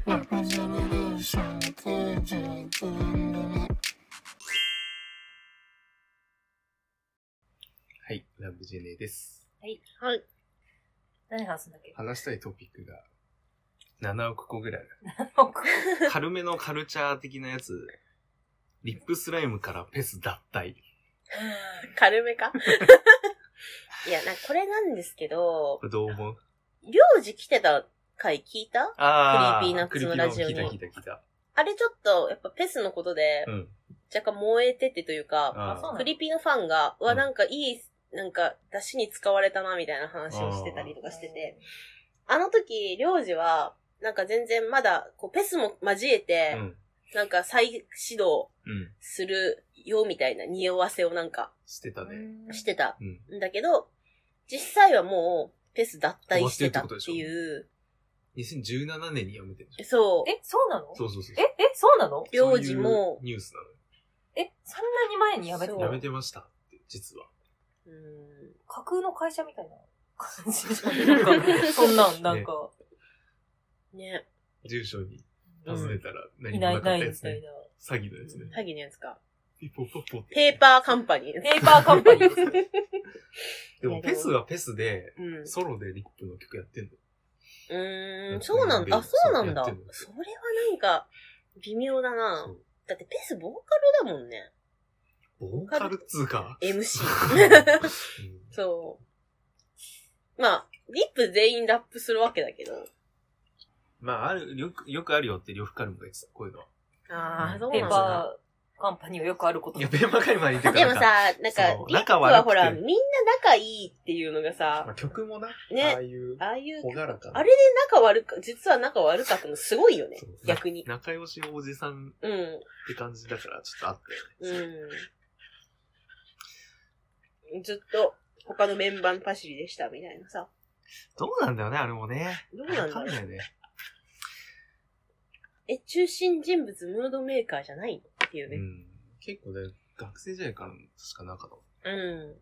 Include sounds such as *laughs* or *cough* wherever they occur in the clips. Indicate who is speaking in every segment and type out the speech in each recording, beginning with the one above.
Speaker 1: ージェネレーション91年組
Speaker 2: はい、ラブジェネです。
Speaker 3: はい。
Speaker 4: はい。
Speaker 3: 何話すんだっけ
Speaker 2: 話したいトピックが7億個ぐらいある。
Speaker 3: 僕
Speaker 2: 軽めのカルチャー的なやつ。リップスライムからペス脱退。
Speaker 4: *laughs* 軽め
Speaker 3: *laughs*
Speaker 4: かいや、なんかこれなんですけ
Speaker 2: こ、
Speaker 4: ど
Speaker 2: れどう思う
Speaker 4: 領事来てた回聞いた
Speaker 2: あ
Speaker 4: クリーピーナッツのラジオに
Speaker 2: クリーピーナッツ聞いた聞いた聞い
Speaker 4: あれちょっと、やっぱペスのことで
Speaker 2: た。う、ん。
Speaker 4: 若干燃えててというか、
Speaker 3: あ
Speaker 2: あ
Speaker 3: そうな
Speaker 4: クリピーのファンが、うわ、なんかいい、なんか、出汁に使われたな、みたいな話をしてたりとかしてて、あの時、領事は、なんか全然まだ、こう、ペスも交えて
Speaker 2: う、ん。
Speaker 4: なんか再始動
Speaker 2: うん。
Speaker 4: するよ、みたいな匂わせをなんか、
Speaker 2: してたね。
Speaker 4: してた
Speaker 2: うん。
Speaker 4: んだけど、実際はもう、ペス脱退してたって
Speaker 2: 終わって
Speaker 4: いう、
Speaker 2: 2017年に辞めてるでし
Speaker 4: そう。
Speaker 3: え、そうなの
Speaker 2: ょ。そうそうそう。
Speaker 3: え、え、そうなの
Speaker 2: そう
Speaker 4: 領
Speaker 2: いう
Speaker 4: 事も、
Speaker 2: ニュースな
Speaker 3: え、そんなに前にやめてた
Speaker 2: の。
Speaker 4: そう
Speaker 2: 辞めてましたって、実は。
Speaker 4: うん
Speaker 3: 架空の会社みたいな感じじゃん
Speaker 4: *laughs*
Speaker 3: なんか、そんなん、なんか、
Speaker 4: ね、
Speaker 2: 住所に尋ねたら何
Speaker 3: い
Speaker 2: も
Speaker 3: な、
Speaker 2: ないか
Speaker 3: ない
Speaker 2: った
Speaker 3: み
Speaker 2: やつ
Speaker 3: たい
Speaker 2: ね。
Speaker 3: な。
Speaker 2: 詐欺のやつね。
Speaker 4: 詐欺のやつか。
Speaker 2: ピポポポって
Speaker 4: ペーパーカンパニー。
Speaker 3: ペーパーカンパニー。
Speaker 2: でもペスはペスで、
Speaker 4: うん。う
Speaker 2: ソロでリップの曲やってんの。
Speaker 4: ーん、そうなんだ。あ、そうなんだ。
Speaker 2: や
Speaker 4: そ
Speaker 2: ってん
Speaker 4: れは
Speaker 2: の
Speaker 4: なんか、微妙だな
Speaker 2: そう。
Speaker 4: だってペスボーカルだもんね。
Speaker 2: ボーカルっつう
Speaker 4: *laughs*
Speaker 2: か。
Speaker 4: MC
Speaker 2: うん
Speaker 4: *laughs* そう。まあ、リップ全員ラップするわけだけど。
Speaker 2: まあ、ある、よく、よくあるよって呂布カルムが言ってた、こういうのは。
Speaker 4: ああ、そう
Speaker 3: ペ
Speaker 4: な
Speaker 3: ー
Speaker 4: んだ。
Speaker 3: パーカンパニーはよくあること
Speaker 2: いや、ペーパーカルムは言ってた
Speaker 4: でも
Speaker 2: なんか
Speaker 4: さ、なんか
Speaker 2: そ、う
Speaker 4: リップ
Speaker 2: 仲
Speaker 4: は
Speaker 2: 悪くて
Speaker 4: ほら、みんな仲いいっていうのが
Speaker 2: ま
Speaker 4: さ
Speaker 2: あ、、曲もな、
Speaker 4: ね
Speaker 2: ああいう、
Speaker 4: ああいう
Speaker 2: ほがらかな。
Speaker 4: あれ仲悪か、実は仲悪かったのすごいよね
Speaker 2: そう。
Speaker 4: 逆に。
Speaker 2: 仲良しおじさん
Speaker 4: うん。
Speaker 2: って感じだから、ちょっとあったよね。
Speaker 4: うん。ずっと他のメンバーのパシリでしたみたいなさ。
Speaker 2: どうなんだよね、あれもね。
Speaker 4: どうなんだ
Speaker 2: わかん
Speaker 4: *laughs* ろう
Speaker 2: ないね。
Speaker 4: え、中心人物ムードメーカーじゃないっていう
Speaker 2: う
Speaker 4: ね。
Speaker 2: ん。結構ね、学生時代からしかなかった。
Speaker 4: うん。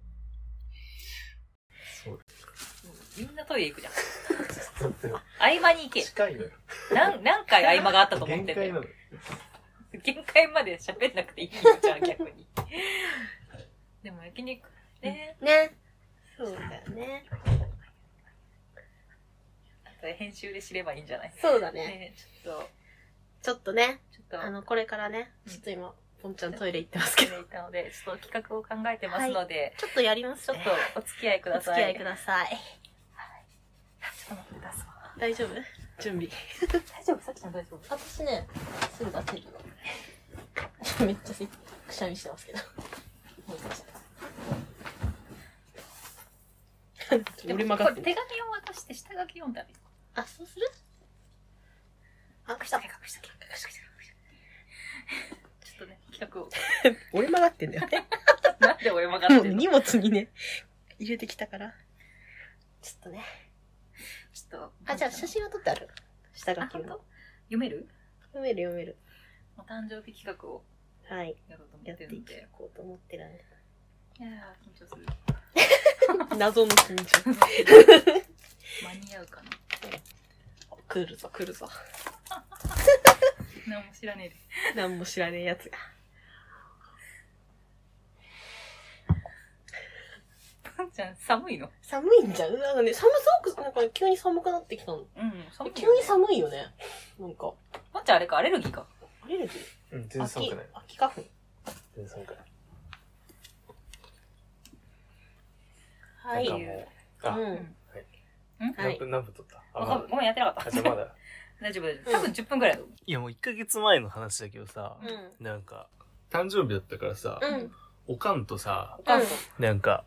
Speaker 2: そう
Speaker 3: みんなトイレ行くじゃん。
Speaker 2: だって
Speaker 3: 合間に行け。
Speaker 2: 近いのよ。
Speaker 3: なん何回合間があったと思っ
Speaker 2: 限
Speaker 3: てんだ
Speaker 2: 界な
Speaker 3: よ。
Speaker 2: のよ。
Speaker 3: 限界まで喋んなくていいよ、じゃあ逆 *laughs* に。でも焼肉、ね。
Speaker 4: ね。そうだよね。
Speaker 3: あと編集で知ればいいんじゃない
Speaker 4: そうだね。
Speaker 3: ねちょっと、
Speaker 4: ちょっとね、
Speaker 3: ちょっと。
Speaker 4: あの、これからね、
Speaker 3: うん
Speaker 4: ちょっと今、ポンちゃんトイレ行ってますけど、
Speaker 3: いたので、ちょっと企画を考えてますので、
Speaker 4: *laughs* ちょっとやります
Speaker 3: ちょっ
Speaker 4: ね。
Speaker 3: とお付き合いくだ
Speaker 4: お付
Speaker 3: さ
Speaker 4: き
Speaker 3: い。
Speaker 4: 合いください。
Speaker 3: ちょっと待って、出すわ。
Speaker 4: 大丈夫準備。
Speaker 3: 大丈夫さっきの大丈夫
Speaker 4: 私ね、すぐ出せるよ。 *laughs* めっちゃくしゃみしてますけ *laughs* ど。俺曲がっ
Speaker 3: こ
Speaker 4: て
Speaker 3: れ
Speaker 4: る
Speaker 3: 手紙を渡して下書き読んだらいい。
Speaker 4: あ、そうするあ、来た
Speaker 3: 隠。しとけ、隠しとけ、隠しとけ。 *laughs* ちょっとね、企画を。
Speaker 4: 俺曲がって *laughs* んだよね。
Speaker 3: なん *laughs* で俺曲が
Speaker 4: も
Speaker 3: っ
Speaker 4: う
Speaker 3: てんの
Speaker 4: 荷物にね、入れてきたから。ちょっとね。
Speaker 3: ちょっと。
Speaker 4: あ、じゃあ写真は撮ってある下書
Speaker 3: あ、
Speaker 4: き
Speaker 3: 本当
Speaker 4: を。
Speaker 3: 読める
Speaker 4: 読める読める。
Speaker 3: お誕生日企画を
Speaker 4: はい。
Speaker 3: やろうと思
Speaker 4: や
Speaker 3: っ
Speaker 4: ってて
Speaker 3: る
Speaker 4: い
Speaker 3: ので。
Speaker 4: こうと思ってるん *laughs* で。
Speaker 3: いやー、緊張する。
Speaker 4: 謎の緊張。
Speaker 3: 間に合うかな。
Speaker 4: *laughs* 来るぞ来るぞ。
Speaker 3: 何も知らねえです。
Speaker 4: 何も知らねえやつが。
Speaker 3: パンちゃん、寒いの
Speaker 4: 寒いんじゃん。なんかね、寒そうく、なんかね急に寒くなってきたの。
Speaker 3: うん、寒い。
Speaker 4: 急に寒いよね。なんか、
Speaker 3: パンちゃん、あれか、アレルギーか。
Speaker 4: アレルギー
Speaker 2: うん、全然寒
Speaker 4: 秋
Speaker 2: くない。、
Speaker 4: 秋花粉。
Speaker 2: 全然寒くない。
Speaker 4: は
Speaker 2: なん
Speaker 4: い。
Speaker 2: かもう、あ、
Speaker 4: う。
Speaker 3: うんん。
Speaker 4: は
Speaker 2: 何
Speaker 4: い。
Speaker 2: 分、何分撮ったあ
Speaker 3: わかんごめん、やってなか
Speaker 2: あ、
Speaker 3: っ
Speaker 2: じ
Speaker 3: た
Speaker 2: ゃあ。まだ。
Speaker 3: 大丈夫、大丈夫。多分10分ぐらいだと思
Speaker 5: いやもう1ヶ月前の話だけどさ、
Speaker 4: うん。
Speaker 5: なんか、
Speaker 2: 誕生日だったからさ、
Speaker 4: うん。
Speaker 2: おかんとさ
Speaker 3: う。、お母さん
Speaker 5: なんか、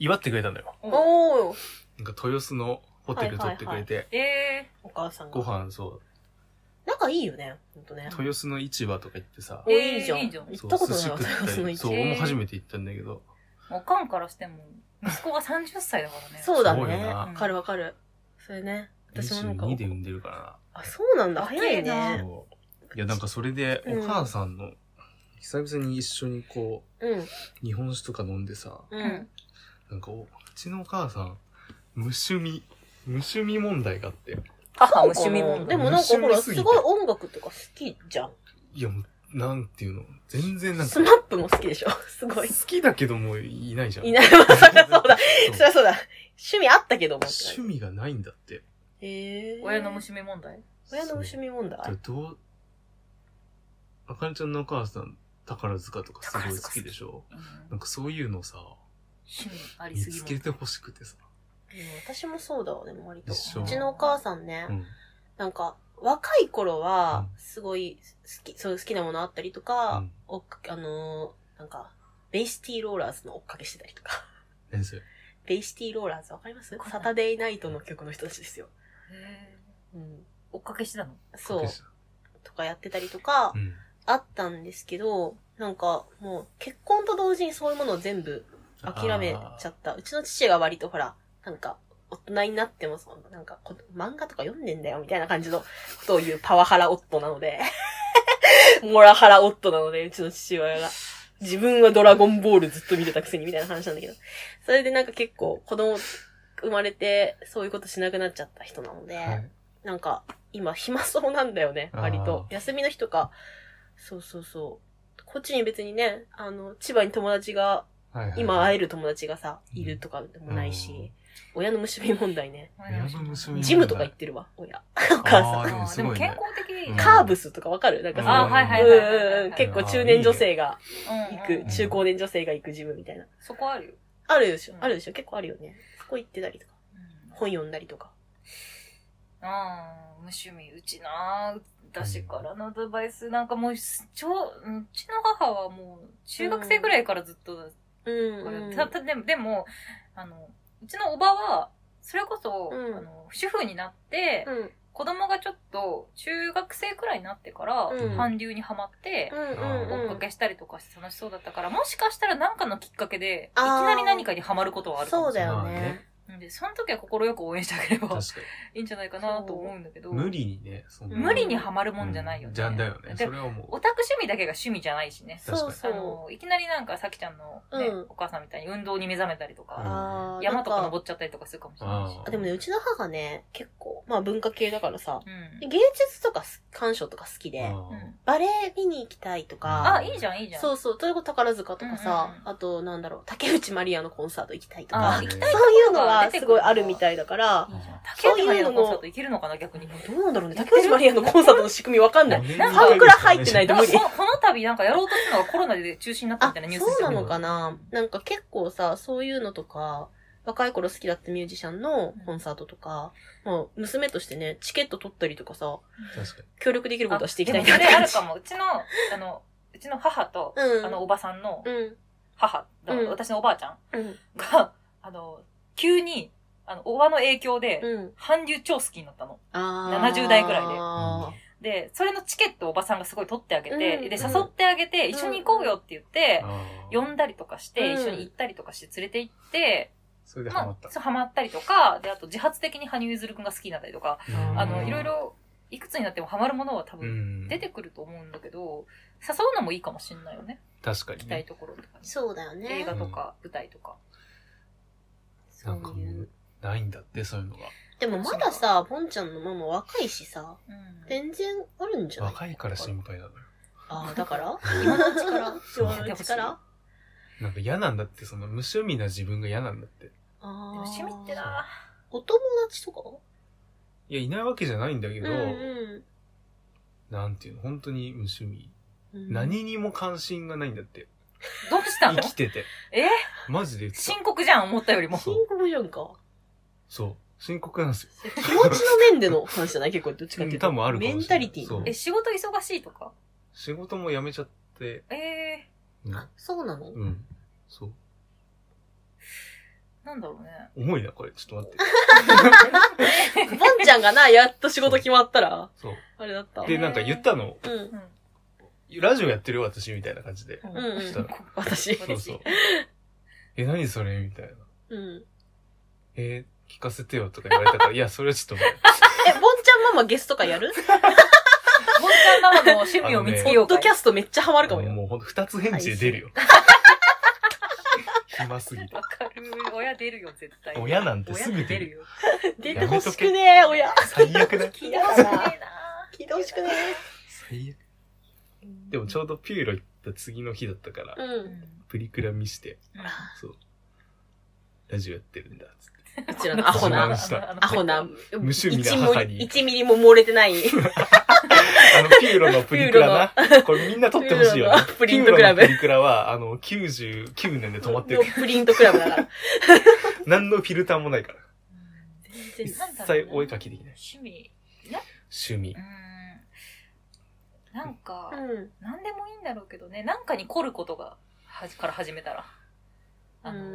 Speaker 5: 祝ってくれたのよ。
Speaker 3: お
Speaker 4: おー
Speaker 2: なんか豊洲のホテル取ってくれて、
Speaker 3: え
Speaker 4: お母さん
Speaker 2: ご
Speaker 4: が。
Speaker 2: 飯そう、
Speaker 4: 仲いいよね。ほんとね。
Speaker 2: 豊洲の市場とか行ってさ
Speaker 4: お、いいじゃん。
Speaker 3: えーいいじゃん
Speaker 4: 行
Speaker 2: そ
Speaker 4: っ
Speaker 2: う
Speaker 4: たことない
Speaker 2: 寿
Speaker 4: わ、
Speaker 2: 司食った
Speaker 4: その
Speaker 2: り、
Speaker 4: 一
Speaker 2: そう、
Speaker 3: へー
Speaker 2: 俺も初めて行ったんだけど、
Speaker 3: ー、おかんからしても、息子が30歳だからね。
Speaker 4: そうだ
Speaker 2: すごい
Speaker 4: ね。
Speaker 2: な
Speaker 4: わかるわかる。それね。私もなんか。
Speaker 2: 22で産んでるか
Speaker 4: あ、そうなんだ。
Speaker 3: 若
Speaker 4: 早い
Speaker 3: えな
Speaker 2: らな。
Speaker 4: ね。
Speaker 2: そう。いや、なんかそれで、
Speaker 4: うん
Speaker 2: お母さんの、久々に一緒にこ
Speaker 4: うん。
Speaker 2: う、日本酒とか飲んでさ、
Speaker 4: う
Speaker 3: うんん。。
Speaker 2: なんかお、うちのお母さん、無趣味、無趣味問題があって、
Speaker 3: 母無趣味もん
Speaker 4: で
Speaker 3: だ。
Speaker 4: もなんかほら、
Speaker 2: 無趣味すぎて
Speaker 4: すごい音楽とか好きじゃん。
Speaker 2: いや、もう、なんていうの全然なん
Speaker 4: ス
Speaker 2: か、
Speaker 4: マップも好き
Speaker 2: *laughs*
Speaker 4: でしょすご
Speaker 2: 好
Speaker 4: い。
Speaker 2: きだけどもういないじゃん。
Speaker 4: い *laughs* ないわそりゃそうだ
Speaker 2: そう
Speaker 4: そりゃそうだ。趣味あったけども。
Speaker 2: 趣味がないんだって。
Speaker 4: へえ。
Speaker 3: 親の無趣味問題
Speaker 4: 親の無趣味問題
Speaker 2: だどう、あかねちゃんのお母さん、宝塚とかすごい好きでしょ
Speaker 3: うん
Speaker 2: なんかそういうのさ、
Speaker 3: 趣味あり
Speaker 2: 見
Speaker 3: すぎ
Speaker 2: つ
Speaker 3: も
Speaker 2: けてほしくてさ。
Speaker 4: うん私もそうだわ、でも割と。
Speaker 2: でしょ
Speaker 4: うちのお母さんね、
Speaker 2: うん。
Speaker 4: なんか、若い頃は、すごい好き、そういう好きなものあったりとか、
Speaker 2: うん
Speaker 4: おっかあのーなんか、ベイシティローラーズの追っかけしてたりとか。 *laughs*
Speaker 2: 何それ
Speaker 4: ベイシティローラーズわかります
Speaker 3: かんない
Speaker 4: サタデーナイトの曲の人たちですよ。
Speaker 3: へ
Speaker 4: うん。
Speaker 3: ー追っかけしてたの
Speaker 4: そう
Speaker 2: 隠。した
Speaker 4: とかやってたりとか
Speaker 2: う、ん。
Speaker 4: あったんですけど、なんか、もう、結婚と同時にそういうものを全部諦めちゃ
Speaker 2: っ
Speaker 4: った。うちの父が割とほら、なんか、大人になってもその、なんかこ、漫画とか読んでんだよ、みたいな感じのことを言うパワハラ夫なので、 *laughs* モラハラ夫なので、うちの父親が。自分はドラゴンボールずっと見てたくせにみたいな話なんだけど。それでなんか結構子供生まれてそういうことしなくなっちゃった人なので、
Speaker 2: はい
Speaker 4: なんか今暇そうなんだよね、割と。
Speaker 2: あ
Speaker 4: 休みの日とか、そうそうそう。こっちに別にね、あの、千葉に友達が
Speaker 2: はいはいはい。
Speaker 4: 今会え
Speaker 2: る。
Speaker 4: る友達がさ、いるとかでもないし、親の虫味問題ね。
Speaker 2: 親の娘に
Speaker 4: ジムとか行ってるわ、親。お母さ
Speaker 3: で
Speaker 2: あー
Speaker 4: ん。
Speaker 2: でも
Speaker 3: も
Speaker 2: すごいね
Speaker 3: 健康的
Speaker 2: うん
Speaker 4: カーブスとかわかるなんか
Speaker 3: あ
Speaker 4: さ、
Speaker 3: ーはいはい
Speaker 4: うん
Speaker 3: は
Speaker 4: う
Speaker 3: いはいはい
Speaker 4: んうん結構中年女性が行
Speaker 3: うんうん
Speaker 4: く、中高年女性が行くジムみたいな。
Speaker 3: そこあるよ
Speaker 4: あるでしょ
Speaker 3: うん
Speaker 4: あるでしょ結構あるよね。そこ行ってたりとか、本読んだりとか。
Speaker 3: ああ、無趣味、うちなー私からのアドバイス、なんかもう、ちょ、うちの母はもう、中学生ぐらいからずっとだ
Speaker 4: うん
Speaker 3: から、
Speaker 4: うん。
Speaker 3: たたでも、でも、あの、うちのおばは、それこそ、
Speaker 4: うん
Speaker 3: あの主婦になって、
Speaker 4: うん。
Speaker 3: 子供がちょっと中学生くらいになってから、
Speaker 4: うん
Speaker 3: 韓流にはまって、
Speaker 4: うんうん
Speaker 3: 追っ
Speaker 4: う
Speaker 3: か
Speaker 4: ん。
Speaker 3: けしたりとかして楽しそうだったから、もしかしたら何かのきっかけで、いき
Speaker 4: あー
Speaker 3: なり何かにはまることはあるかも
Speaker 4: そう
Speaker 3: しれ
Speaker 4: だ
Speaker 3: ない。
Speaker 4: よ
Speaker 2: まあ
Speaker 4: ね
Speaker 2: ね。
Speaker 3: うんで、その時は快く応援してあげれば
Speaker 2: 確か
Speaker 3: いいんじゃないかなと思うんだけど。
Speaker 2: に。無理にね、そんな
Speaker 3: 無理にはまるもんじゃないよね。
Speaker 2: じゃんだよね。
Speaker 3: で
Speaker 2: それはもう
Speaker 3: オ。タク趣味だけが趣味じゃないしね。
Speaker 2: 確か
Speaker 4: そう
Speaker 2: に
Speaker 3: あ
Speaker 4: そ
Speaker 3: の、いきなりなんか、さきちゃんのね、
Speaker 4: うん
Speaker 3: お母さんみたいに運動に目覚めたりと
Speaker 4: う。
Speaker 3: か、
Speaker 4: あー
Speaker 3: 山とか
Speaker 4: なん
Speaker 3: 登っちゃったりとかするかもしれないし
Speaker 2: あ。
Speaker 4: あでもね、うちの母ね、結構、まあ文化系だからさ、
Speaker 3: うん。
Speaker 4: 芸術とかす鑑賞とか好きで、
Speaker 2: あ
Speaker 3: う
Speaker 2: ー
Speaker 3: ん
Speaker 4: バレエ見に行きたいとか、
Speaker 3: あ、いいじゃん、いいじゃん。
Speaker 4: そうそう、それこそ宝塚とかさ、
Speaker 3: うんうん
Speaker 4: あとなんだろう、竹内まりやのコンサート行きたいと
Speaker 3: あ
Speaker 4: か
Speaker 3: ー、
Speaker 2: ね
Speaker 3: 行きたい
Speaker 4: そういうのは
Speaker 3: 出て
Speaker 4: す
Speaker 3: くる
Speaker 4: ごいあるみたいだから、
Speaker 3: いいじゃん。
Speaker 4: そう
Speaker 3: 竹
Speaker 4: い
Speaker 3: 内
Speaker 4: うのも
Speaker 3: まりやのコンサート行けるのかな、逆に。
Speaker 4: どうなんだろうね、竹内まりやのコンサートの仕組みわかんない。
Speaker 3: なんか
Speaker 4: サンクラ入ってない
Speaker 3: で
Speaker 4: と
Speaker 3: も
Speaker 4: 無
Speaker 3: こ
Speaker 4: 理。
Speaker 3: この *laughs* 度なんかやろうとしたのがコロナで中止になったみ
Speaker 4: あ
Speaker 3: たいな、ニュース
Speaker 4: そう
Speaker 3: で
Speaker 4: なのかななんか結構さ、そういうのとか、若い頃好きだったミュージシャンのコンサートとか、まあ、娘としてね、チケット取ったりとかさ、
Speaker 2: 確か
Speaker 4: 協力できることはしていきたい
Speaker 3: でも
Speaker 4: な
Speaker 3: そ
Speaker 4: っ *laughs* て
Speaker 3: れあ
Speaker 4: 感
Speaker 3: る
Speaker 4: じ
Speaker 3: か。も。うちの、あの、うちの母と、
Speaker 4: うん
Speaker 3: あの、おばさんの
Speaker 4: うん。
Speaker 3: 母、だ
Speaker 4: うん
Speaker 3: 私のおばあちゃん
Speaker 4: うん。
Speaker 3: が、あの、急に、あの、おばの影響で、
Speaker 4: うん。
Speaker 3: 韓流超好きになったの。
Speaker 4: あー
Speaker 3: 70代くらいで
Speaker 4: あ
Speaker 3: で、それのチケットをおばさんがすごい取ってあげて、
Speaker 4: うん
Speaker 3: で、誘ってあげて、
Speaker 4: ん
Speaker 3: 一緒に行こうよって言って
Speaker 2: に。、あー
Speaker 3: 呼んだりとかして、
Speaker 4: うん
Speaker 3: 一緒に行ったりとかして連れて行って、
Speaker 2: それでハマ
Speaker 3: ま
Speaker 2: った
Speaker 3: あ、。そうハマったりとか、で、あと自発的に羽生結弦くんが好きになったりとか、
Speaker 4: うん
Speaker 3: あの、いろいろ、いくつになってもハマるものは多
Speaker 2: う
Speaker 3: 分
Speaker 2: ん
Speaker 3: 出てくると思うんだけど、誘うのもいいかもしんないよね。
Speaker 2: 確か
Speaker 3: 行
Speaker 2: に
Speaker 3: きたい
Speaker 2: ね。
Speaker 3: ところとかに、
Speaker 4: そうだよね。
Speaker 3: 映画とか舞台とか。
Speaker 4: そ
Speaker 2: なんか
Speaker 4: う
Speaker 2: も
Speaker 4: いう
Speaker 2: う。、ないんだって、そういうのが。
Speaker 4: でもまださ、ボンちゃんのママ若いしさ、
Speaker 3: うん
Speaker 4: 全然あるんじゃない
Speaker 2: 若いから心配なのよ。
Speaker 4: ああ、だから
Speaker 2: うん
Speaker 4: 今のうち
Speaker 3: *laughs*
Speaker 4: *laughs* から
Speaker 2: そう
Speaker 4: 今のうちから
Speaker 2: なんか嫌なんだって、その無趣味な自分が嫌なんだって。
Speaker 4: あ
Speaker 3: でも
Speaker 4: あ
Speaker 3: 趣味って
Speaker 4: ー
Speaker 3: な
Speaker 4: お友達とか
Speaker 2: いや、いないわけじゃないんだけ
Speaker 4: う
Speaker 2: ど、
Speaker 4: ん
Speaker 2: なんていうの、本当に無趣味。
Speaker 4: うん。
Speaker 2: 何にも関心がないんだって。
Speaker 3: どうした
Speaker 2: 生
Speaker 3: の
Speaker 2: きてて。
Speaker 3: え
Speaker 2: マジで言ってた
Speaker 3: 深刻じゃん、思ったよりも。
Speaker 4: 深刻じゃんか。
Speaker 2: そう。深刻なんですよ。
Speaker 4: 気持ちの面での話じ *laughs* ゃない結構どっちかっていうと。
Speaker 2: うん多分あるかもしれない
Speaker 4: メンタリティ
Speaker 2: そう
Speaker 4: の
Speaker 3: え、仕事忙しいとか
Speaker 2: 仕事も辞めちゃって。
Speaker 3: え
Speaker 2: うん
Speaker 4: あ、そうなの
Speaker 2: うん。そう。
Speaker 3: ー、なんだろうね。
Speaker 2: 重いな、これ。ちょっと待って。
Speaker 4: ボンちゃんがな、やっと仕事決まったら、
Speaker 2: そう。
Speaker 4: あれだった。
Speaker 2: で、なんか言ったの。
Speaker 4: *laughs* うん。
Speaker 2: ラジオやってるよ私、みたいな感じで。
Speaker 3: うん
Speaker 4: うん
Speaker 2: そしたら。
Speaker 4: 私。
Speaker 2: そうそう。え、何それみたいな。
Speaker 4: うん。
Speaker 2: えー聞かせてよとか言われたから、いや、それはちょっともう、
Speaker 4: え、ボンちゃんママゲストかや
Speaker 3: *laughs*
Speaker 4: る
Speaker 3: ボンちゃんママの趣味を見つ
Speaker 4: ポ
Speaker 3: けよ
Speaker 4: ッ
Speaker 3: うか
Speaker 4: ド
Speaker 3: い。
Speaker 4: キャストめっちゃハマるかもよ。
Speaker 2: もうほんと二つ返事で出るよ。 *laughs* 暇すぎて
Speaker 3: わ。かる。親出るよ、絶対。
Speaker 2: 親なんてすぐ出る
Speaker 3: 親ってよ。
Speaker 4: 出てほしくねえ、親。
Speaker 2: 最悪だよ。
Speaker 3: 聞いたことないな
Speaker 4: 聞いてほしくね
Speaker 2: 最悪。
Speaker 4: え。
Speaker 2: でもちょうどピューロ行った次の日だったから、
Speaker 4: う。
Speaker 3: うんん
Speaker 2: プリクラ見して、
Speaker 3: うん
Speaker 2: そう。ラジオやってるんだ、つって。
Speaker 4: うちらのアホな、
Speaker 2: 自慢した
Speaker 4: アホな、
Speaker 2: 無趣味な母に
Speaker 4: 1ミリも漏れてない。
Speaker 2: あの、ピューロのプリクラな。これみんな撮ってほしいよね。
Speaker 4: プリントクラブ
Speaker 2: ピューロのプリクラは、あの、99年で止まってる
Speaker 4: *laughs* の。プリントクラブだから。
Speaker 3: *laughs*
Speaker 2: 何のフィルターもないから。
Speaker 4: 全
Speaker 2: 一
Speaker 4: 然
Speaker 2: 切お絵描きできない。
Speaker 3: 趣味。
Speaker 2: 趣味
Speaker 3: う。ん。なんか、
Speaker 4: うん。
Speaker 3: なんでもいいんだろうけどね、なんかに凝ることが、はじから始めたら。あの、い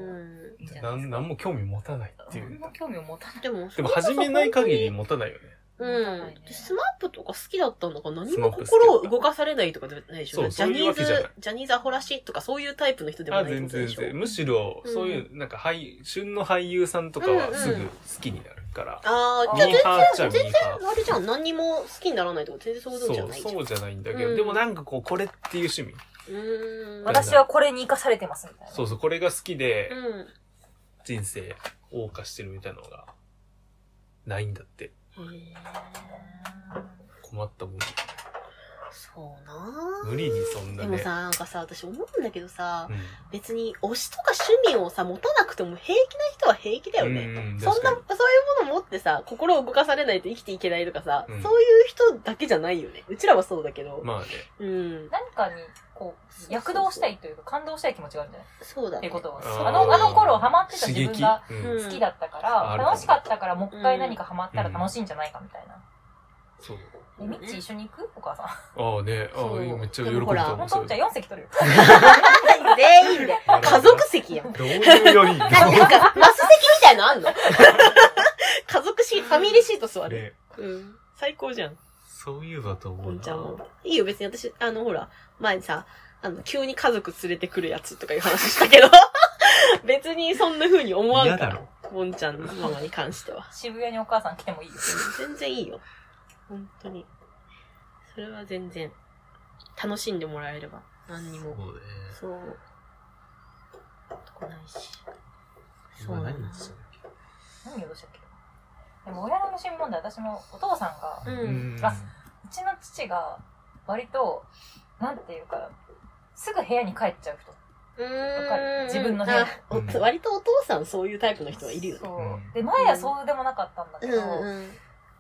Speaker 3: いんじゃな
Speaker 2: ない
Speaker 3: です
Speaker 2: ん、
Speaker 3: か。
Speaker 2: なんも興味持たないってい
Speaker 3: 何
Speaker 2: う
Speaker 3: も。興味を持たない。
Speaker 4: でも、
Speaker 2: でも始めない限り持たないよね。
Speaker 4: うん。スマップとか好きだったんだから何
Speaker 2: スマ
Speaker 4: も
Speaker 2: ップ好き
Speaker 4: 心を動かされないとかじゃないでしょ
Speaker 2: そう
Speaker 4: ジャニー
Speaker 2: そういうわけじゃな
Speaker 4: ズ
Speaker 2: い、
Speaker 4: ジャニーズアホらしいとかそういうタイプの人でも
Speaker 2: あ、
Speaker 4: ないって
Speaker 2: 全
Speaker 4: ことで
Speaker 2: 然全
Speaker 4: しょ
Speaker 2: 然。むしろ、
Speaker 4: うん
Speaker 2: そういう、なんか、俳、旬の俳優さんとかはすぐ好きになるから。
Speaker 4: ああ、
Speaker 3: うん
Speaker 4: じ
Speaker 2: ミ
Speaker 4: ゃあ
Speaker 2: ーハーっちゃミーハ
Speaker 4: 全然あれじゃん。何にも好きにならないとか全然そういうことじゃ
Speaker 2: ー。
Speaker 4: ない
Speaker 2: そ
Speaker 4: じ
Speaker 2: う、
Speaker 4: ゃん。
Speaker 2: そううじゃないんだけど、
Speaker 4: うん
Speaker 2: でもなんかこう、これっていう趣味。
Speaker 4: ーん。
Speaker 3: 私はこれに生かされてますみたいな。
Speaker 2: そうそう、これが好きで
Speaker 4: う、ん。
Speaker 2: 人生、謳歌してるみたいなのが、ないんだって。
Speaker 4: へえ
Speaker 2: 困ったもん。
Speaker 4: そうな
Speaker 2: 無理にそん
Speaker 4: ー
Speaker 2: な
Speaker 4: で
Speaker 2: ね。
Speaker 4: もさ、なんかさ、私思うんだけどさ
Speaker 2: う、ん、
Speaker 4: 別に推しとか趣味をさ、持たなくても平気な人は平気だよね。
Speaker 2: うん
Speaker 4: そんな、そうい
Speaker 2: 確
Speaker 4: うもの持ってさ、心を動かされないと生きていけないとかさ、
Speaker 2: うん
Speaker 4: そういう人だけじゃないよね。うちらはそうだけど。
Speaker 2: まあね。
Speaker 4: うん。
Speaker 3: 何かに、こう、躍動したいというか、感動したい気持ちがあるんじゃない
Speaker 4: そうだ
Speaker 3: って
Speaker 4: ね
Speaker 3: いう。ことは。
Speaker 2: ー
Speaker 3: あの、あの頃ハマってた自分が
Speaker 2: 刺激、
Speaker 4: う
Speaker 2: うんん、
Speaker 3: 好きだったか
Speaker 2: うんあ
Speaker 3: ら、
Speaker 2: る
Speaker 3: 楽しかったから、もう一回何かハマったら楽しいんじゃないかみたいな。
Speaker 2: そう。
Speaker 3: で、ミッチ一緒に行くお母さん。
Speaker 2: ああね、あ
Speaker 4: そ
Speaker 2: あ、
Speaker 4: う
Speaker 2: 今めっちゃ喜
Speaker 4: で
Speaker 2: ぶと
Speaker 4: もほら
Speaker 2: 思う。
Speaker 3: 本当じゃあ4席
Speaker 2: *laughs*
Speaker 3: 取るよ。
Speaker 4: 全員で。
Speaker 2: なるほ
Speaker 4: 家
Speaker 2: ど
Speaker 4: 族席やん。
Speaker 2: どういうより、
Speaker 4: *laughs*
Speaker 2: ど
Speaker 4: なんか、マス席みたいのあんの *laughs* 家族シート、ファミリーシート座
Speaker 2: う
Speaker 4: る。
Speaker 2: ね、
Speaker 4: うん。最高じゃん。
Speaker 2: そういうだと思
Speaker 4: お
Speaker 2: うんな。
Speaker 4: ちゃんも。いいよ、別に私、あの、ほら、前さ、あの、急に家族連れてくるやつとかいう話したけど、 *laughs* 別にそんな風に思わん
Speaker 2: 嫌
Speaker 4: か
Speaker 2: だ
Speaker 4: ら。
Speaker 2: ろ。
Speaker 4: ボンちゃんのママに関して
Speaker 3: *laughs*
Speaker 4: は。
Speaker 3: 渋谷にお母さん来てもいいよ。
Speaker 4: 全然いいよ。本当に。それは全然。楽しんでもらえれば。何に
Speaker 2: そ
Speaker 4: も。
Speaker 2: うね。
Speaker 4: そう。来ないし。そう
Speaker 2: 今
Speaker 4: だな
Speaker 2: 何言ってたの
Speaker 3: 何言おうとしたっけでも親の無心問題、私もお父さんが、
Speaker 4: うん
Speaker 3: あうちの父が、割と、なんていうか、すぐ部屋に帰っちゃう人。
Speaker 4: う
Speaker 3: わかる自分の部屋
Speaker 4: あお
Speaker 2: うん
Speaker 4: 割とお父さんそういうタイプの人はいるよね。
Speaker 3: そう
Speaker 2: うん
Speaker 3: で、前はそうでもなかったんだけど、
Speaker 4: ん。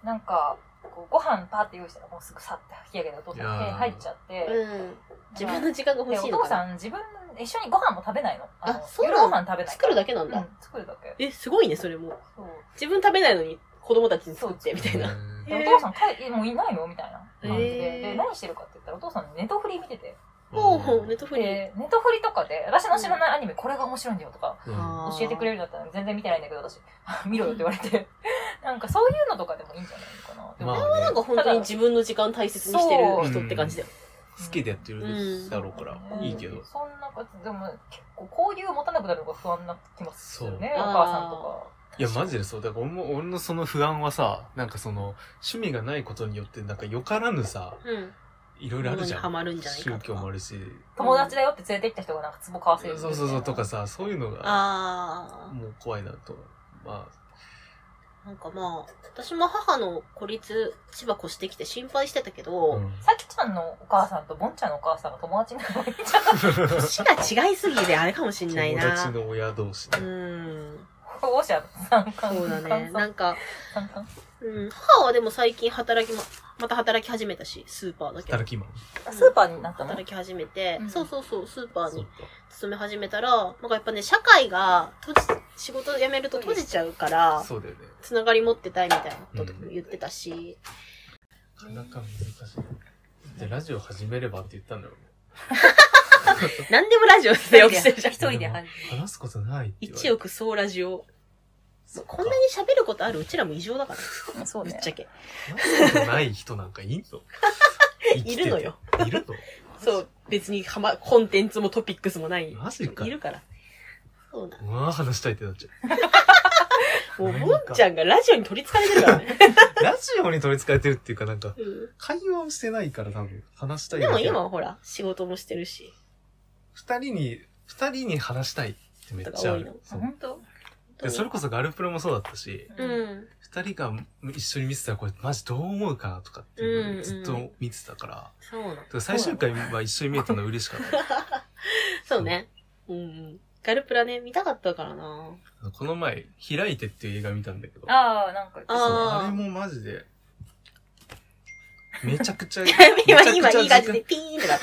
Speaker 3: なんか、こうご飯パーって用意したらもうすぐさって引き上げてお父さん
Speaker 2: い
Speaker 3: 部
Speaker 2: や
Speaker 3: 屋
Speaker 2: ー
Speaker 3: に入っちゃって、
Speaker 4: うん。自分の時間が欲
Speaker 3: で
Speaker 4: しい
Speaker 3: お
Speaker 4: の
Speaker 3: 父
Speaker 4: かな。
Speaker 3: さん自分一緒にご飯も食べないのあの
Speaker 4: あそうな
Speaker 3: 夜
Speaker 4: の
Speaker 3: ご飯食べない
Speaker 4: 作るだけなん
Speaker 3: う
Speaker 4: だ
Speaker 3: ん。作るだけ
Speaker 4: え、すごいね、それも。
Speaker 3: そう
Speaker 4: 自分食べないのに子供たちに作って、みたいな。
Speaker 2: な。
Speaker 3: で
Speaker 4: へ
Speaker 3: お
Speaker 4: ー
Speaker 3: 父さん帰えもういないのみたいな
Speaker 4: へ
Speaker 3: 感じで,、
Speaker 4: ー
Speaker 3: で何してるかって言ったらお父さんネトフリ見てて
Speaker 4: おうネットフリー。
Speaker 3: でネトフリとかで私の知らないアニメこれが面白いんだよとか
Speaker 2: うん
Speaker 4: あー
Speaker 3: 教えてくれるんだったら全然見てないんだけど私 *laughs* 見ろよって言われて *laughs* なんかそういうのとかでもいいんじゃないのかなって思う、
Speaker 2: まあね
Speaker 4: なんか本当に自分の時間大切にしてる人って感じだよ。
Speaker 2: 好きでやってるだろうから、
Speaker 3: うん
Speaker 2: いいけど。
Speaker 3: そんなことでも結構交流持たなくなるのが不安になってきますよねお
Speaker 4: そう
Speaker 3: 母さんとか。
Speaker 2: いや、マジでそう。だから俺も、俺のその不安はさ、なんかその、趣味がないことによって、なんかよからぬさ、
Speaker 4: うん。
Speaker 2: いろいろあるじゃ
Speaker 4: ハ
Speaker 2: ん。
Speaker 4: マるんじゃないか
Speaker 2: 宗
Speaker 4: と
Speaker 2: 教
Speaker 4: か
Speaker 2: もあるし。
Speaker 3: 友達だよって連れてきた人がなんか壺買わせ
Speaker 2: そう
Speaker 3: る
Speaker 2: そうそう、とかさ、そういうのが、
Speaker 4: あ
Speaker 2: もう怖いなと。ま
Speaker 4: あ、なんかまあ、私も母の孤立、千葉越してきて心配してたけ
Speaker 2: あ、
Speaker 4: ど、
Speaker 2: ん
Speaker 3: さきちゃんのお母さんとぼんちゃんのお母さんが友達になるばいいんじゃない
Speaker 4: 年が違いすぎてあれかも *laughs* しんない
Speaker 3: *laughs*
Speaker 2: 友達
Speaker 4: な。
Speaker 2: の親同士
Speaker 4: う
Speaker 2: ね。
Speaker 4: ん。
Speaker 3: 保護者参観
Speaker 4: そうだね。なんか、
Speaker 3: 参観
Speaker 4: うん、母はでも最近働きも、また働き始めたし、スーパーだけど
Speaker 2: 働。きマン。
Speaker 3: スーパーになったの
Speaker 4: 働き始めて、
Speaker 3: うん
Speaker 4: そうそうそう、スーパー
Speaker 2: そ
Speaker 4: に
Speaker 2: うか。
Speaker 4: 勤め始めたら、なんかやっぱね、社会が閉じ、仕事辞めると閉じちゃうから、
Speaker 2: そうだよね。
Speaker 4: つながり持ってたいみたいなこととかも言ってたし、
Speaker 2: なかなか難しい。じゃあラジオ始めればって言ったんだよ。
Speaker 4: なんでもラジオ捨てようとしてるじゃん
Speaker 3: 一。人で話
Speaker 2: 話すことないって言われ
Speaker 4: *laughs* 一億総ラジオ。
Speaker 2: そっか
Speaker 4: こんなに喋ることあるうちらも異常だから、
Speaker 3: そう
Speaker 4: ぶっ
Speaker 3: ね
Speaker 4: ちゃけ。
Speaker 2: 話すことない人なんかいんの生きてて
Speaker 4: *laughs* いるのよ。
Speaker 2: いる
Speaker 4: そう、別にはま、コンテンツもトピックスもない。
Speaker 2: のマジか。
Speaker 4: いるから。そうな
Speaker 2: うわぁ、話したいってなっちゃ
Speaker 4: の。もう、もんちゃんがラジオに取り憑かれてるから *laughs* ね。
Speaker 2: う。ラジオに取り憑かれてるっていうかなんか、
Speaker 4: うん
Speaker 2: 会話をしてないから多分、話したい
Speaker 4: で
Speaker 2: だ
Speaker 4: も
Speaker 2: け。
Speaker 4: 今はほら、仕事もしてるし。
Speaker 2: 二人に、二人に話したいっってめっちゃあ
Speaker 4: とか多い
Speaker 2: る
Speaker 4: の。
Speaker 2: そう
Speaker 3: 本当
Speaker 2: でそれこそガルプロもそうだったし、
Speaker 4: う。ん。
Speaker 2: 二人が一緒に見てたらこれマジどう思うかなとかっていうのをずっと見てたから、
Speaker 4: そうなの。
Speaker 2: だから最終回は一緒に見えたのは嬉しかった。
Speaker 4: *laughs* そうね。うんうん。ガルプラね、見たかったからな。
Speaker 2: この前、開いてっていう映画見たんだけど、
Speaker 3: ああ、なんか、
Speaker 2: そう
Speaker 4: あ
Speaker 2: あ
Speaker 4: ー
Speaker 2: れもマジで、めちゃくちゃ、めちゃくち
Speaker 4: *laughs* 今、
Speaker 2: ゃ
Speaker 4: 今、い
Speaker 2: 時
Speaker 4: い感じ
Speaker 2: 間、
Speaker 4: でピーンってなっ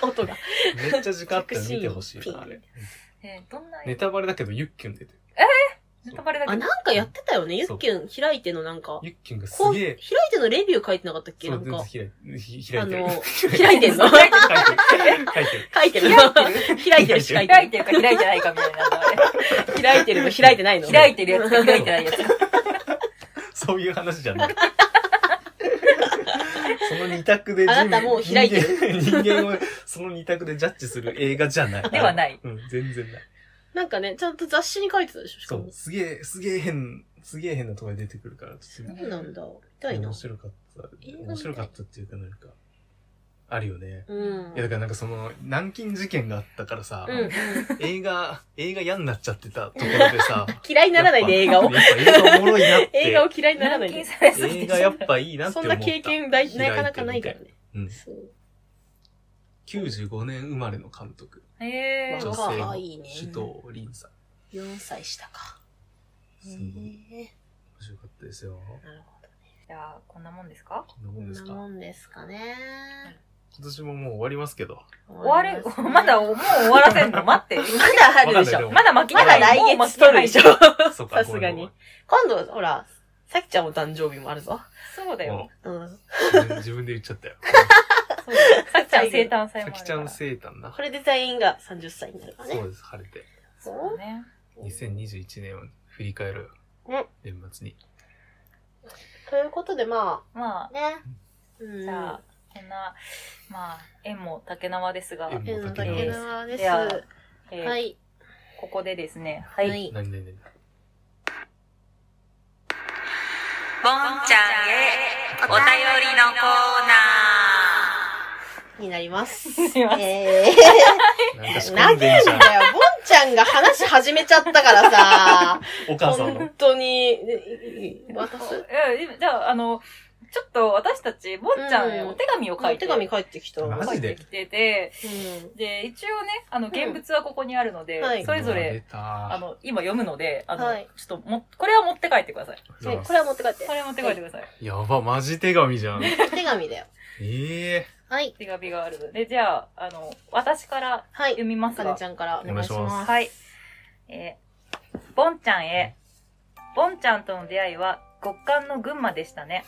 Speaker 4: た。 *laughs* 音が。
Speaker 2: めっちゃ時間あったら見
Speaker 4: *laughs*
Speaker 2: てほしい
Speaker 4: 着信
Speaker 2: な、あれ。
Speaker 3: えーどんな、
Speaker 2: ネタバレだけど、ユッキュン出てる。
Speaker 3: ネタバレだ
Speaker 4: あ、
Speaker 3: けど、
Speaker 4: なんかやってたよね。ゆっ
Speaker 2: そう
Speaker 4: きゅん、開いてのなんか。
Speaker 2: ユッキュンがす
Speaker 4: こう、
Speaker 2: げ
Speaker 4: 開い
Speaker 2: え、
Speaker 4: てのレビュー書いてなかったっけ
Speaker 2: そ
Speaker 4: な
Speaker 2: う、
Speaker 4: ん
Speaker 2: 全然
Speaker 4: か
Speaker 2: 開。いひ
Speaker 4: あ
Speaker 2: 開いて
Speaker 4: *laughs*
Speaker 2: る。
Speaker 4: の、開いてん *laughs* の書
Speaker 2: 書いてる。書いてる。
Speaker 4: いてるの *laughs* 開いてるし、書いて
Speaker 3: 開い
Speaker 4: る。
Speaker 3: てるか開いてないかみたいなのあ
Speaker 4: *laughs* 開いてるの、開いてないの。 *laughs*
Speaker 3: れ。開いてるやつか開いてないやつ。
Speaker 2: そういう話じゃ
Speaker 4: *laughs*
Speaker 2: ない。その二択で人
Speaker 4: あなたもう開いて
Speaker 2: る人間人間をその二択でジャッジする映画じゃない。
Speaker 3: ではない
Speaker 2: うん、全然ない。
Speaker 4: なんかね、ちゃんと雑誌に書いてたでしょ、しか
Speaker 2: そ
Speaker 4: も
Speaker 2: う、。すげえ、すげえ変、すげえ変なところで出てくるから、ちょっと
Speaker 4: そうなんだ。痛いな
Speaker 2: 面。白かった
Speaker 4: 映画み。たい
Speaker 2: 面白かったっていうかなんか、あるよね。
Speaker 4: うん。
Speaker 2: いやだからなんかその、軟禁事件があったからさ、
Speaker 4: うん。
Speaker 2: 映画、映画嫌になっちゃってたところで
Speaker 4: *laughs*
Speaker 2: さ、
Speaker 4: 嫌いにならないで、映画
Speaker 2: *laughs* やっ
Speaker 4: を。
Speaker 2: ぱ映画おもろいなって。
Speaker 4: *laughs* 映画を嫌いにならない
Speaker 3: 軟
Speaker 4: で
Speaker 3: 禁。されすぎて
Speaker 2: 映画やっぱいいなって
Speaker 4: そん
Speaker 2: 思った。
Speaker 4: な経験だいなかなかないから
Speaker 2: 開てみう
Speaker 4: ね。
Speaker 2: ん
Speaker 4: そう。
Speaker 2: て。95年生まれの監督。
Speaker 3: へえ
Speaker 2: 女
Speaker 4: わ
Speaker 2: 性
Speaker 4: か
Speaker 2: の
Speaker 4: いいね
Speaker 2: 首藤凛さん。
Speaker 4: 4歳下か。
Speaker 2: すごい面
Speaker 4: へえ
Speaker 2: 白かったですよ。
Speaker 4: なるほど。
Speaker 3: じゃあ、こんなもんですか
Speaker 2: こんなも
Speaker 4: こ
Speaker 2: ん
Speaker 4: ん
Speaker 2: です
Speaker 4: な
Speaker 2: か。
Speaker 4: も
Speaker 2: 今
Speaker 4: んですかね。
Speaker 2: 年ももう終わりますけど。
Speaker 3: 終わる
Speaker 4: ま
Speaker 3: *laughs*
Speaker 4: す、
Speaker 3: まだ、もう終わらせんの待って。
Speaker 4: まだあるでしょ。
Speaker 2: わかんない
Speaker 3: まだ巻き
Speaker 4: まだ来月取るでしょ。。
Speaker 2: そうか
Speaker 4: *laughs* さすがに。今度、ほら、さきちゃんも誕生日もあるぞ。
Speaker 3: そうだ
Speaker 2: ごめんごめん
Speaker 3: よ
Speaker 2: も。
Speaker 4: うん。
Speaker 2: う自分自分で言っちゃったよ。
Speaker 3: そうだよさっちゃん生誕祭もあ
Speaker 2: さ
Speaker 3: るから。
Speaker 2: きちゃん生誕な。
Speaker 4: これで全員が30歳になるから
Speaker 2: そ
Speaker 4: ね。
Speaker 2: うです、晴れて。
Speaker 3: そうね。
Speaker 2: 2021年を振り返る
Speaker 4: うん。
Speaker 2: 年末に。
Speaker 4: ということで、ま
Speaker 3: ま
Speaker 4: あ、ね。うん。
Speaker 3: あ、じゃあ、こんな、まあ、縁も竹縄ですが、
Speaker 2: 縁
Speaker 4: えの
Speaker 2: 竹
Speaker 4: 竹
Speaker 2: 縄
Speaker 4: 縄です。
Speaker 3: では
Speaker 4: は
Speaker 3: えー
Speaker 4: い。
Speaker 3: ここでですね、は。
Speaker 4: はいい。
Speaker 2: 何々々。
Speaker 6: ボンちゃんへお便りのコーナ
Speaker 4: になります。
Speaker 3: すいません。
Speaker 4: え
Speaker 2: なんか仕
Speaker 4: ー、
Speaker 2: 込
Speaker 4: なんん
Speaker 2: で
Speaker 4: で
Speaker 2: ん
Speaker 4: ん
Speaker 2: じ
Speaker 4: だ
Speaker 2: ゃ
Speaker 4: よ
Speaker 2: ん。。
Speaker 4: ぼんちゃんが話始めちゃったからさ、
Speaker 2: お母さんの
Speaker 4: *laughs* 本。当に、私、
Speaker 3: いやじゃあ、あの、ちょっと私たち、ぼんちゃんへ
Speaker 4: うん
Speaker 3: お手紙を書
Speaker 4: お
Speaker 3: いて、
Speaker 4: 手紙返ってきた。
Speaker 2: マジで
Speaker 3: きてて、
Speaker 4: うん
Speaker 3: で、一応ね、あの、現物はここにあるので、
Speaker 4: うんはい
Speaker 3: それぞ
Speaker 2: 出
Speaker 3: れ、あ
Speaker 2: た。
Speaker 3: の、今読むので、あの、
Speaker 4: はい
Speaker 3: ちょっとも、これは持って帰ってください。
Speaker 4: ねこれは持って帰って
Speaker 3: こ。れ持って帰ってください。
Speaker 2: やば、マジ手紙じゃん。え
Speaker 4: お手紙だよ。
Speaker 2: え。
Speaker 4: はい。
Speaker 3: 手紙があるので、じゃあ、あの、私から
Speaker 4: はい
Speaker 3: 読。みます
Speaker 4: か
Speaker 3: が
Speaker 4: ねちゃんからお願いし
Speaker 2: お願いし
Speaker 4: ま。
Speaker 2: ます
Speaker 3: はい。えー、ぼんちゃんへ。ぼんちゃんとの出会いは極寒の群馬でしたね。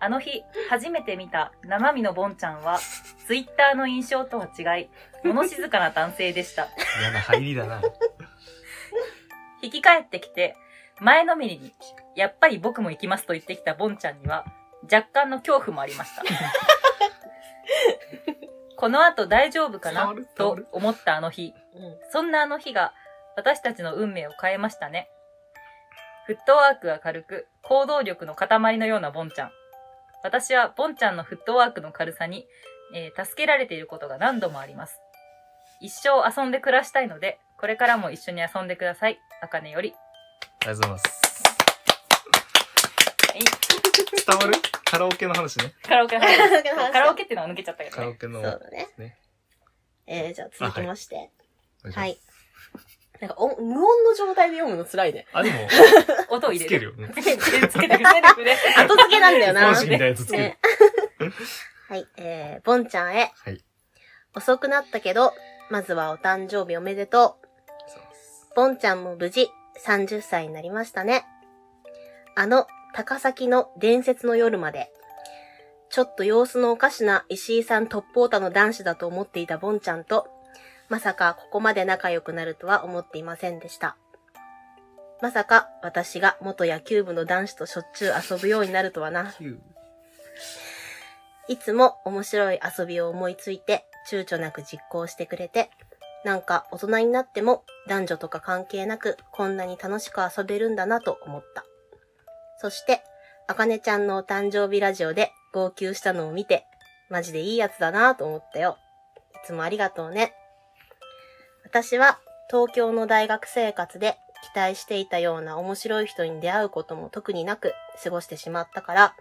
Speaker 3: あの日、初めて見た生身のぼんちゃんは、ツイッターの印象とは違い、物静かな男性でした。
Speaker 2: 嫌な入りだな。
Speaker 3: 引き返ってきて、前のめりに、やっぱり僕も行きますと言ってきたボンちゃんには、若干の恐怖もありま
Speaker 2: *laughs*
Speaker 3: した。この後大丈夫かな
Speaker 2: 触る触
Speaker 3: と
Speaker 2: る
Speaker 3: 思ったあの日、
Speaker 4: うん
Speaker 3: そんなあの日が私たちの運命を変えましたね。フットワークが軽く、行動力の塊のようなボンちゃん。私はボンちゃんのフットワークの軽さに、えー助けられていることが何度もあります。一生遊んで暮らしたいので、これからも一緒に遊んでください。あかねより。
Speaker 2: ありがとうございます。伝わるカラオケの話ね。
Speaker 3: カラオケの
Speaker 4: カ
Speaker 3: 話
Speaker 4: ラオケの
Speaker 3: *laughs*
Speaker 4: 話
Speaker 3: カラオケっていうのは抜けちゃったけ
Speaker 2: カ
Speaker 3: ど
Speaker 2: ラオ
Speaker 3: ね。
Speaker 2: ケの
Speaker 4: そう。だね。
Speaker 2: ね。
Speaker 4: えー、じゃあ続きまして。は。
Speaker 2: はい
Speaker 4: なんかお、無音の状態で読むの辛いね。
Speaker 2: あ、でも、
Speaker 3: 音を入
Speaker 2: つ
Speaker 3: れ
Speaker 2: け
Speaker 3: る。
Speaker 2: るよね。
Speaker 3: つけてる、つけてる、つけてく *laughs* れ。
Speaker 4: 後付けなんだよ
Speaker 2: *laughs*
Speaker 4: な。
Speaker 2: 本式みたいなやつつける
Speaker 4: ね。はい、えー、ぼんちゃんへ。
Speaker 2: はい。
Speaker 4: 遅くなったけど、まずはお誕生日おめでと
Speaker 2: そう
Speaker 4: う。ぼんちゃんも無事、30歳になりましたね。あの、高崎の伝説の夜まで。ちょっと様子のおかしな石井さんトップオータの男子だと思っていたぼんちゃんと、まさかここまで仲良くなるとは思っていませんでした。まさか私が元野球部の男子としょっちゅう遊ぶようになるとはな。
Speaker 2: キュー
Speaker 4: いつも面白い遊びを思いついて、躊躇なく実行してくれて、なんか大人になっても男女とか関係なくこんなに楽しく遊べるんだなと思った。そして、あかねちゃんのお誕生日ラジオで号泣したのを見て、マジでいいやつだなと思ったよ。いつもありがとうね。私は東京の大学生活で期待していたような面白い人に出会うことも特になく過ごしてしまったから、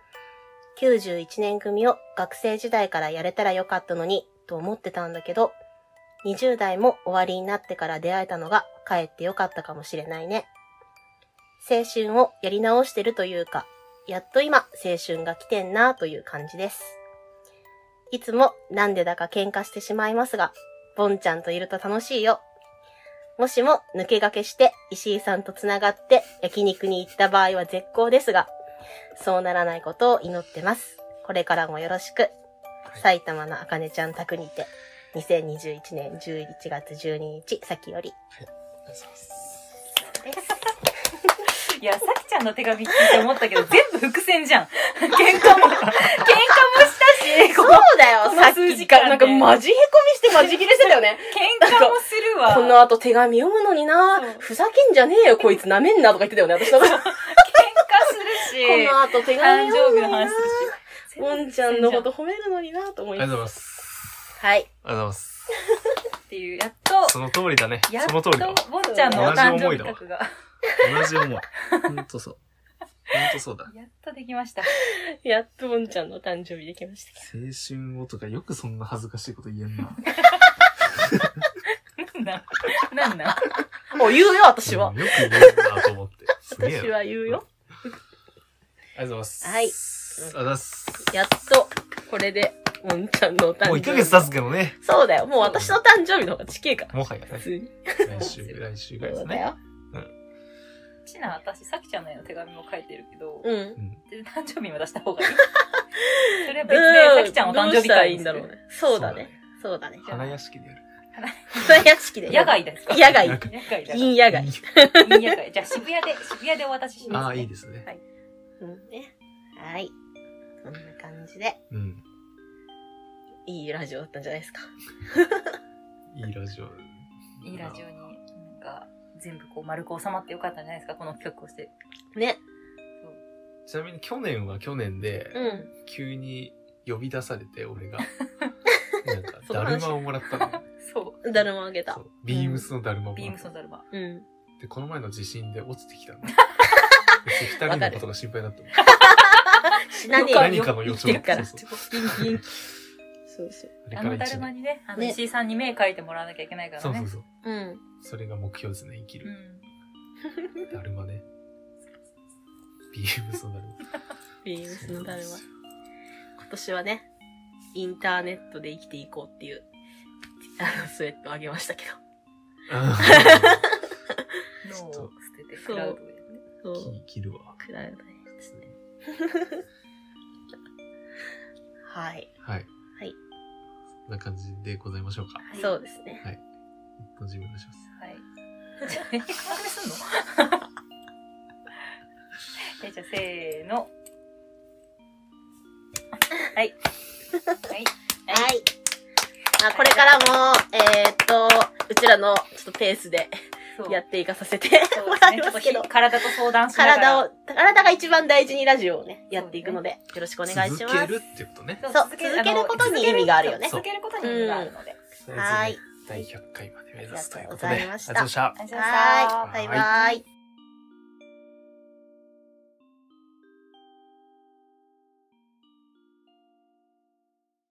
Speaker 4: 91年組を学生時代からやれたらよかったのにと思ってたんだけど、20代も終わりになってから出会えたのがかえってよかったかもしれないね。青春をやり直してるというか、やっと今青春が来てんなという感じです。いつもなんでだか喧嘩してしまいますが、ボンちゃんといると楽しいよ。もしも抜け駆けして石井さんと繋がって焼肉に行った場合は絶好ですが、そうならないことを祈ってます。これからもよろしく。埼玉のあかねちゃん宅にて、2021年11月12日、先より。
Speaker 3: いや、さきちゃんの手紙聞いて思ったけど、全部伏線 *laughs* じゃん。喧嘩も、喧嘩もしたし、こ
Speaker 4: そう
Speaker 3: う
Speaker 4: だよ
Speaker 3: この
Speaker 4: さっ
Speaker 3: 数
Speaker 4: き
Speaker 3: 時
Speaker 4: か
Speaker 3: 間
Speaker 4: ら、
Speaker 3: ね
Speaker 4: なんかマジへこみしてマジ切れしてたよね。
Speaker 3: 喧嘩もするわ。
Speaker 4: *laughs* この後手紙読むのにな
Speaker 3: そう
Speaker 4: ふざけんじゃねえよ、こいつ舐めんなとか言ってたよね、 *laughs* 私のこと。こ
Speaker 3: 喧嘩するし、
Speaker 4: の後手
Speaker 3: 誕
Speaker 4: 紙読
Speaker 3: 生
Speaker 4: む
Speaker 3: 日
Speaker 4: の
Speaker 3: の
Speaker 4: に
Speaker 3: 話
Speaker 4: な
Speaker 3: す
Speaker 4: *laughs*
Speaker 3: るし。
Speaker 4: ボンちゃんのこと褒めるのになと思い
Speaker 2: りが
Speaker 4: ま
Speaker 2: とう
Speaker 4: す。
Speaker 2: ございます。
Speaker 4: はい。
Speaker 2: ありがとうございます。
Speaker 3: っていう、やっと、
Speaker 2: その通りだね。
Speaker 3: やっ
Speaker 2: そ
Speaker 3: と、ボ
Speaker 2: の通りだわ。
Speaker 3: ンちゃんのお誕生日企画が、
Speaker 2: 同じ
Speaker 4: *laughs*
Speaker 2: 思い。ほんとそう。ほんとそうだ。
Speaker 3: やっとできました。
Speaker 4: やっとボンちゃんの誕生日できました。
Speaker 2: 青春をとかよくそんな恥ずかしいこと言えんな。
Speaker 3: なんなんなんなん
Speaker 4: もう言うよ、私は。
Speaker 2: うんよく言えんなと思って。すげえな。
Speaker 4: 私は言うよ。
Speaker 2: ありがとうございます。
Speaker 4: は
Speaker 2: あ
Speaker 4: い
Speaker 2: りがとうございます。
Speaker 4: やっと、これで、ボンちゃんのお誕生日。
Speaker 2: もう1ヶ月経つけどね。
Speaker 4: そうだよ。もう私の誕生日の方が近いから。
Speaker 2: もはやね
Speaker 4: *laughs* 普。通に。
Speaker 2: 来週、来週ぐらいで
Speaker 4: そ
Speaker 2: す
Speaker 4: うだ
Speaker 2: ね。
Speaker 4: よ。
Speaker 3: ちな、私、さきちゃんの絵の手紙も書いてるけど、
Speaker 4: うん。
Speaker 3: 誕生日も出した方がいい。
Speaker 4: *laughs*
Speaker 3: それは別で、さきちゃんお誕生
Speaker 4: どうし
Speaker 3: 日
Speaker 4: たら
Speaker 3: 会
Speaker 4: い
Speaker 3: に
Speaker 4: いん
Speaker 3: す
Speaker 4: だ
Speaker 3: る
Speaker 4: ろうね。そうだね。そうだね。 *laughs*
Speaker 2: 花屋敷でやる。
Speaker 4: それは屋敷で。
Speaker 3: 野外ですか
Speaker 4: 野外
Speaker 3: 野外だ。
Speaker 4: 陰野外。
Speaker 3: いいやかいじゃあ渋谷で、渋谷でお渡しします、ね。
Speaker 2: ああ、いいですね。
Speaker 4: うんね。はい。そんな感じで、
Speaker 2: うん。
Speaker 4: いいラジオだったんじゃないですか。
Speaker 2: いいラジオ。
Speaker 3: いいラジオに、なんか、全部こう丸く収まってよかったんじゃないですか、この企画をして。
Speaker 4: ね。
Speaker 2: ちなみに去年は去年で、
Speaker 4: うん。
Speaker 2: 急に呼び出されて、
Speaker 4: *laughs*
Speaker 2: 俺が。なんか、
Speaker 4: その
Speaker 2: だ
Speaker 4: 話
Speaker 2: るまをもらった
Speaker 4: *laughs*
Speaker 2: の。
Speaker 3: そう。
Speaker 4: だるまあげた
Speaker 2: そ。うビームスのだるまをも
Speaker 3: ビー
Speaker 2: ら
Speaker 3: ム
Speaker 2: っ
Speaker 3: スの
Speaker 2: た。
Speaker 3: だるま。
Speaker 4: うん。
Speaker 2: で、この前の地震で落ちてきた
Speaker 4: *laughs*
Speaker 2: の。で二人
Speaker 4: わか
Speaker 2: の
Speaker 4: る
Speaker 2: ことが心配だったの。
Speaker 4: 死なねえ
Speaker 3: よ
Speaker 4: よ。
Speaker 2: 何かの予
Speaker 4: 生き
Speaker 2: 兆
Speaker 4: てるから
Speaker 2: そうそう
Speaker 4: 元気そうそう。
Speaker 2: あれ
Speaker 3: あ
Speaker 2: から
Speaker 3: の
Speaker 2: 一
Speaker 3: だるま
Speaker 2: 年。
Speaker 3: にね、あの、
Speaker 4: ね
Speaker 3: 石井さんに目描いてもらわなきゃいけないからね。
Speaker 2: そうそうそう。
Speaker 4: うん。
Speaker 2: それが目標ですね、生き
Speaker 3: う
Speaker 2: る。
Speaker 3: ん。
Speaker 2: だるまね。ビームスのだるま。
Speaker 4: ビームスのだるま。今年はね、インターネットで生きていこうっていう、あの、スウェットあげましたけ
Speaker 3: 脳を捨てて、
Speaker 4: そ
Speaker 3: ク
Speaker 4: う
Speaker 3: ラウドでね。
Speaker 4: ど。 *laughs* そう。
Speaker 2: 生きるわ。
Speaker 4: くだらないですね。はい。
Speaker 2: はい。
Speaker 4: はい。
Speaker 2: そんな感じでございましょうか。
Speaker 4: そうですね。
Speaker 2: ご自分お願いします。
Speaker 3: はい。え、これすんのえ、じゃあ、せーの。はい。はい。
Speaker 4: はい。あ、これからも、えーっと、うちらのちょっとペースで
Speaker 3: そう
Speaker 4: やっていかさせて
Speaker 3: そう
Speaker 4: も
Speaker 3: で
Speaker 4: ら
Speaker 3: す
Speaker 4: い
Speaker 3: ね。ちょ
Speaker 4: ま
Speaker 3: っと
Speaker 4: すけ
Speaker 3: ひ
Speaker 4: ど、
Speaker 3: 体と相談しながら。
Speaker 4: 体を、体が一番大事にラジオをね、やっていくので、よろしくお願いします。
Speaker 2: 続けるってことね。
Speaker 4: そう続けることに意味があるよね
Speaker 3: 続けることに意味があるので。
Speaker 4: はい。
Speaker 2: 第100回まで目指すということで。
Speaker 4: ありがとうございました
Speaker 2: ありがとうございました。
Speaker 3: ありがとうございました
Speaker 4: はーい。バイバイ。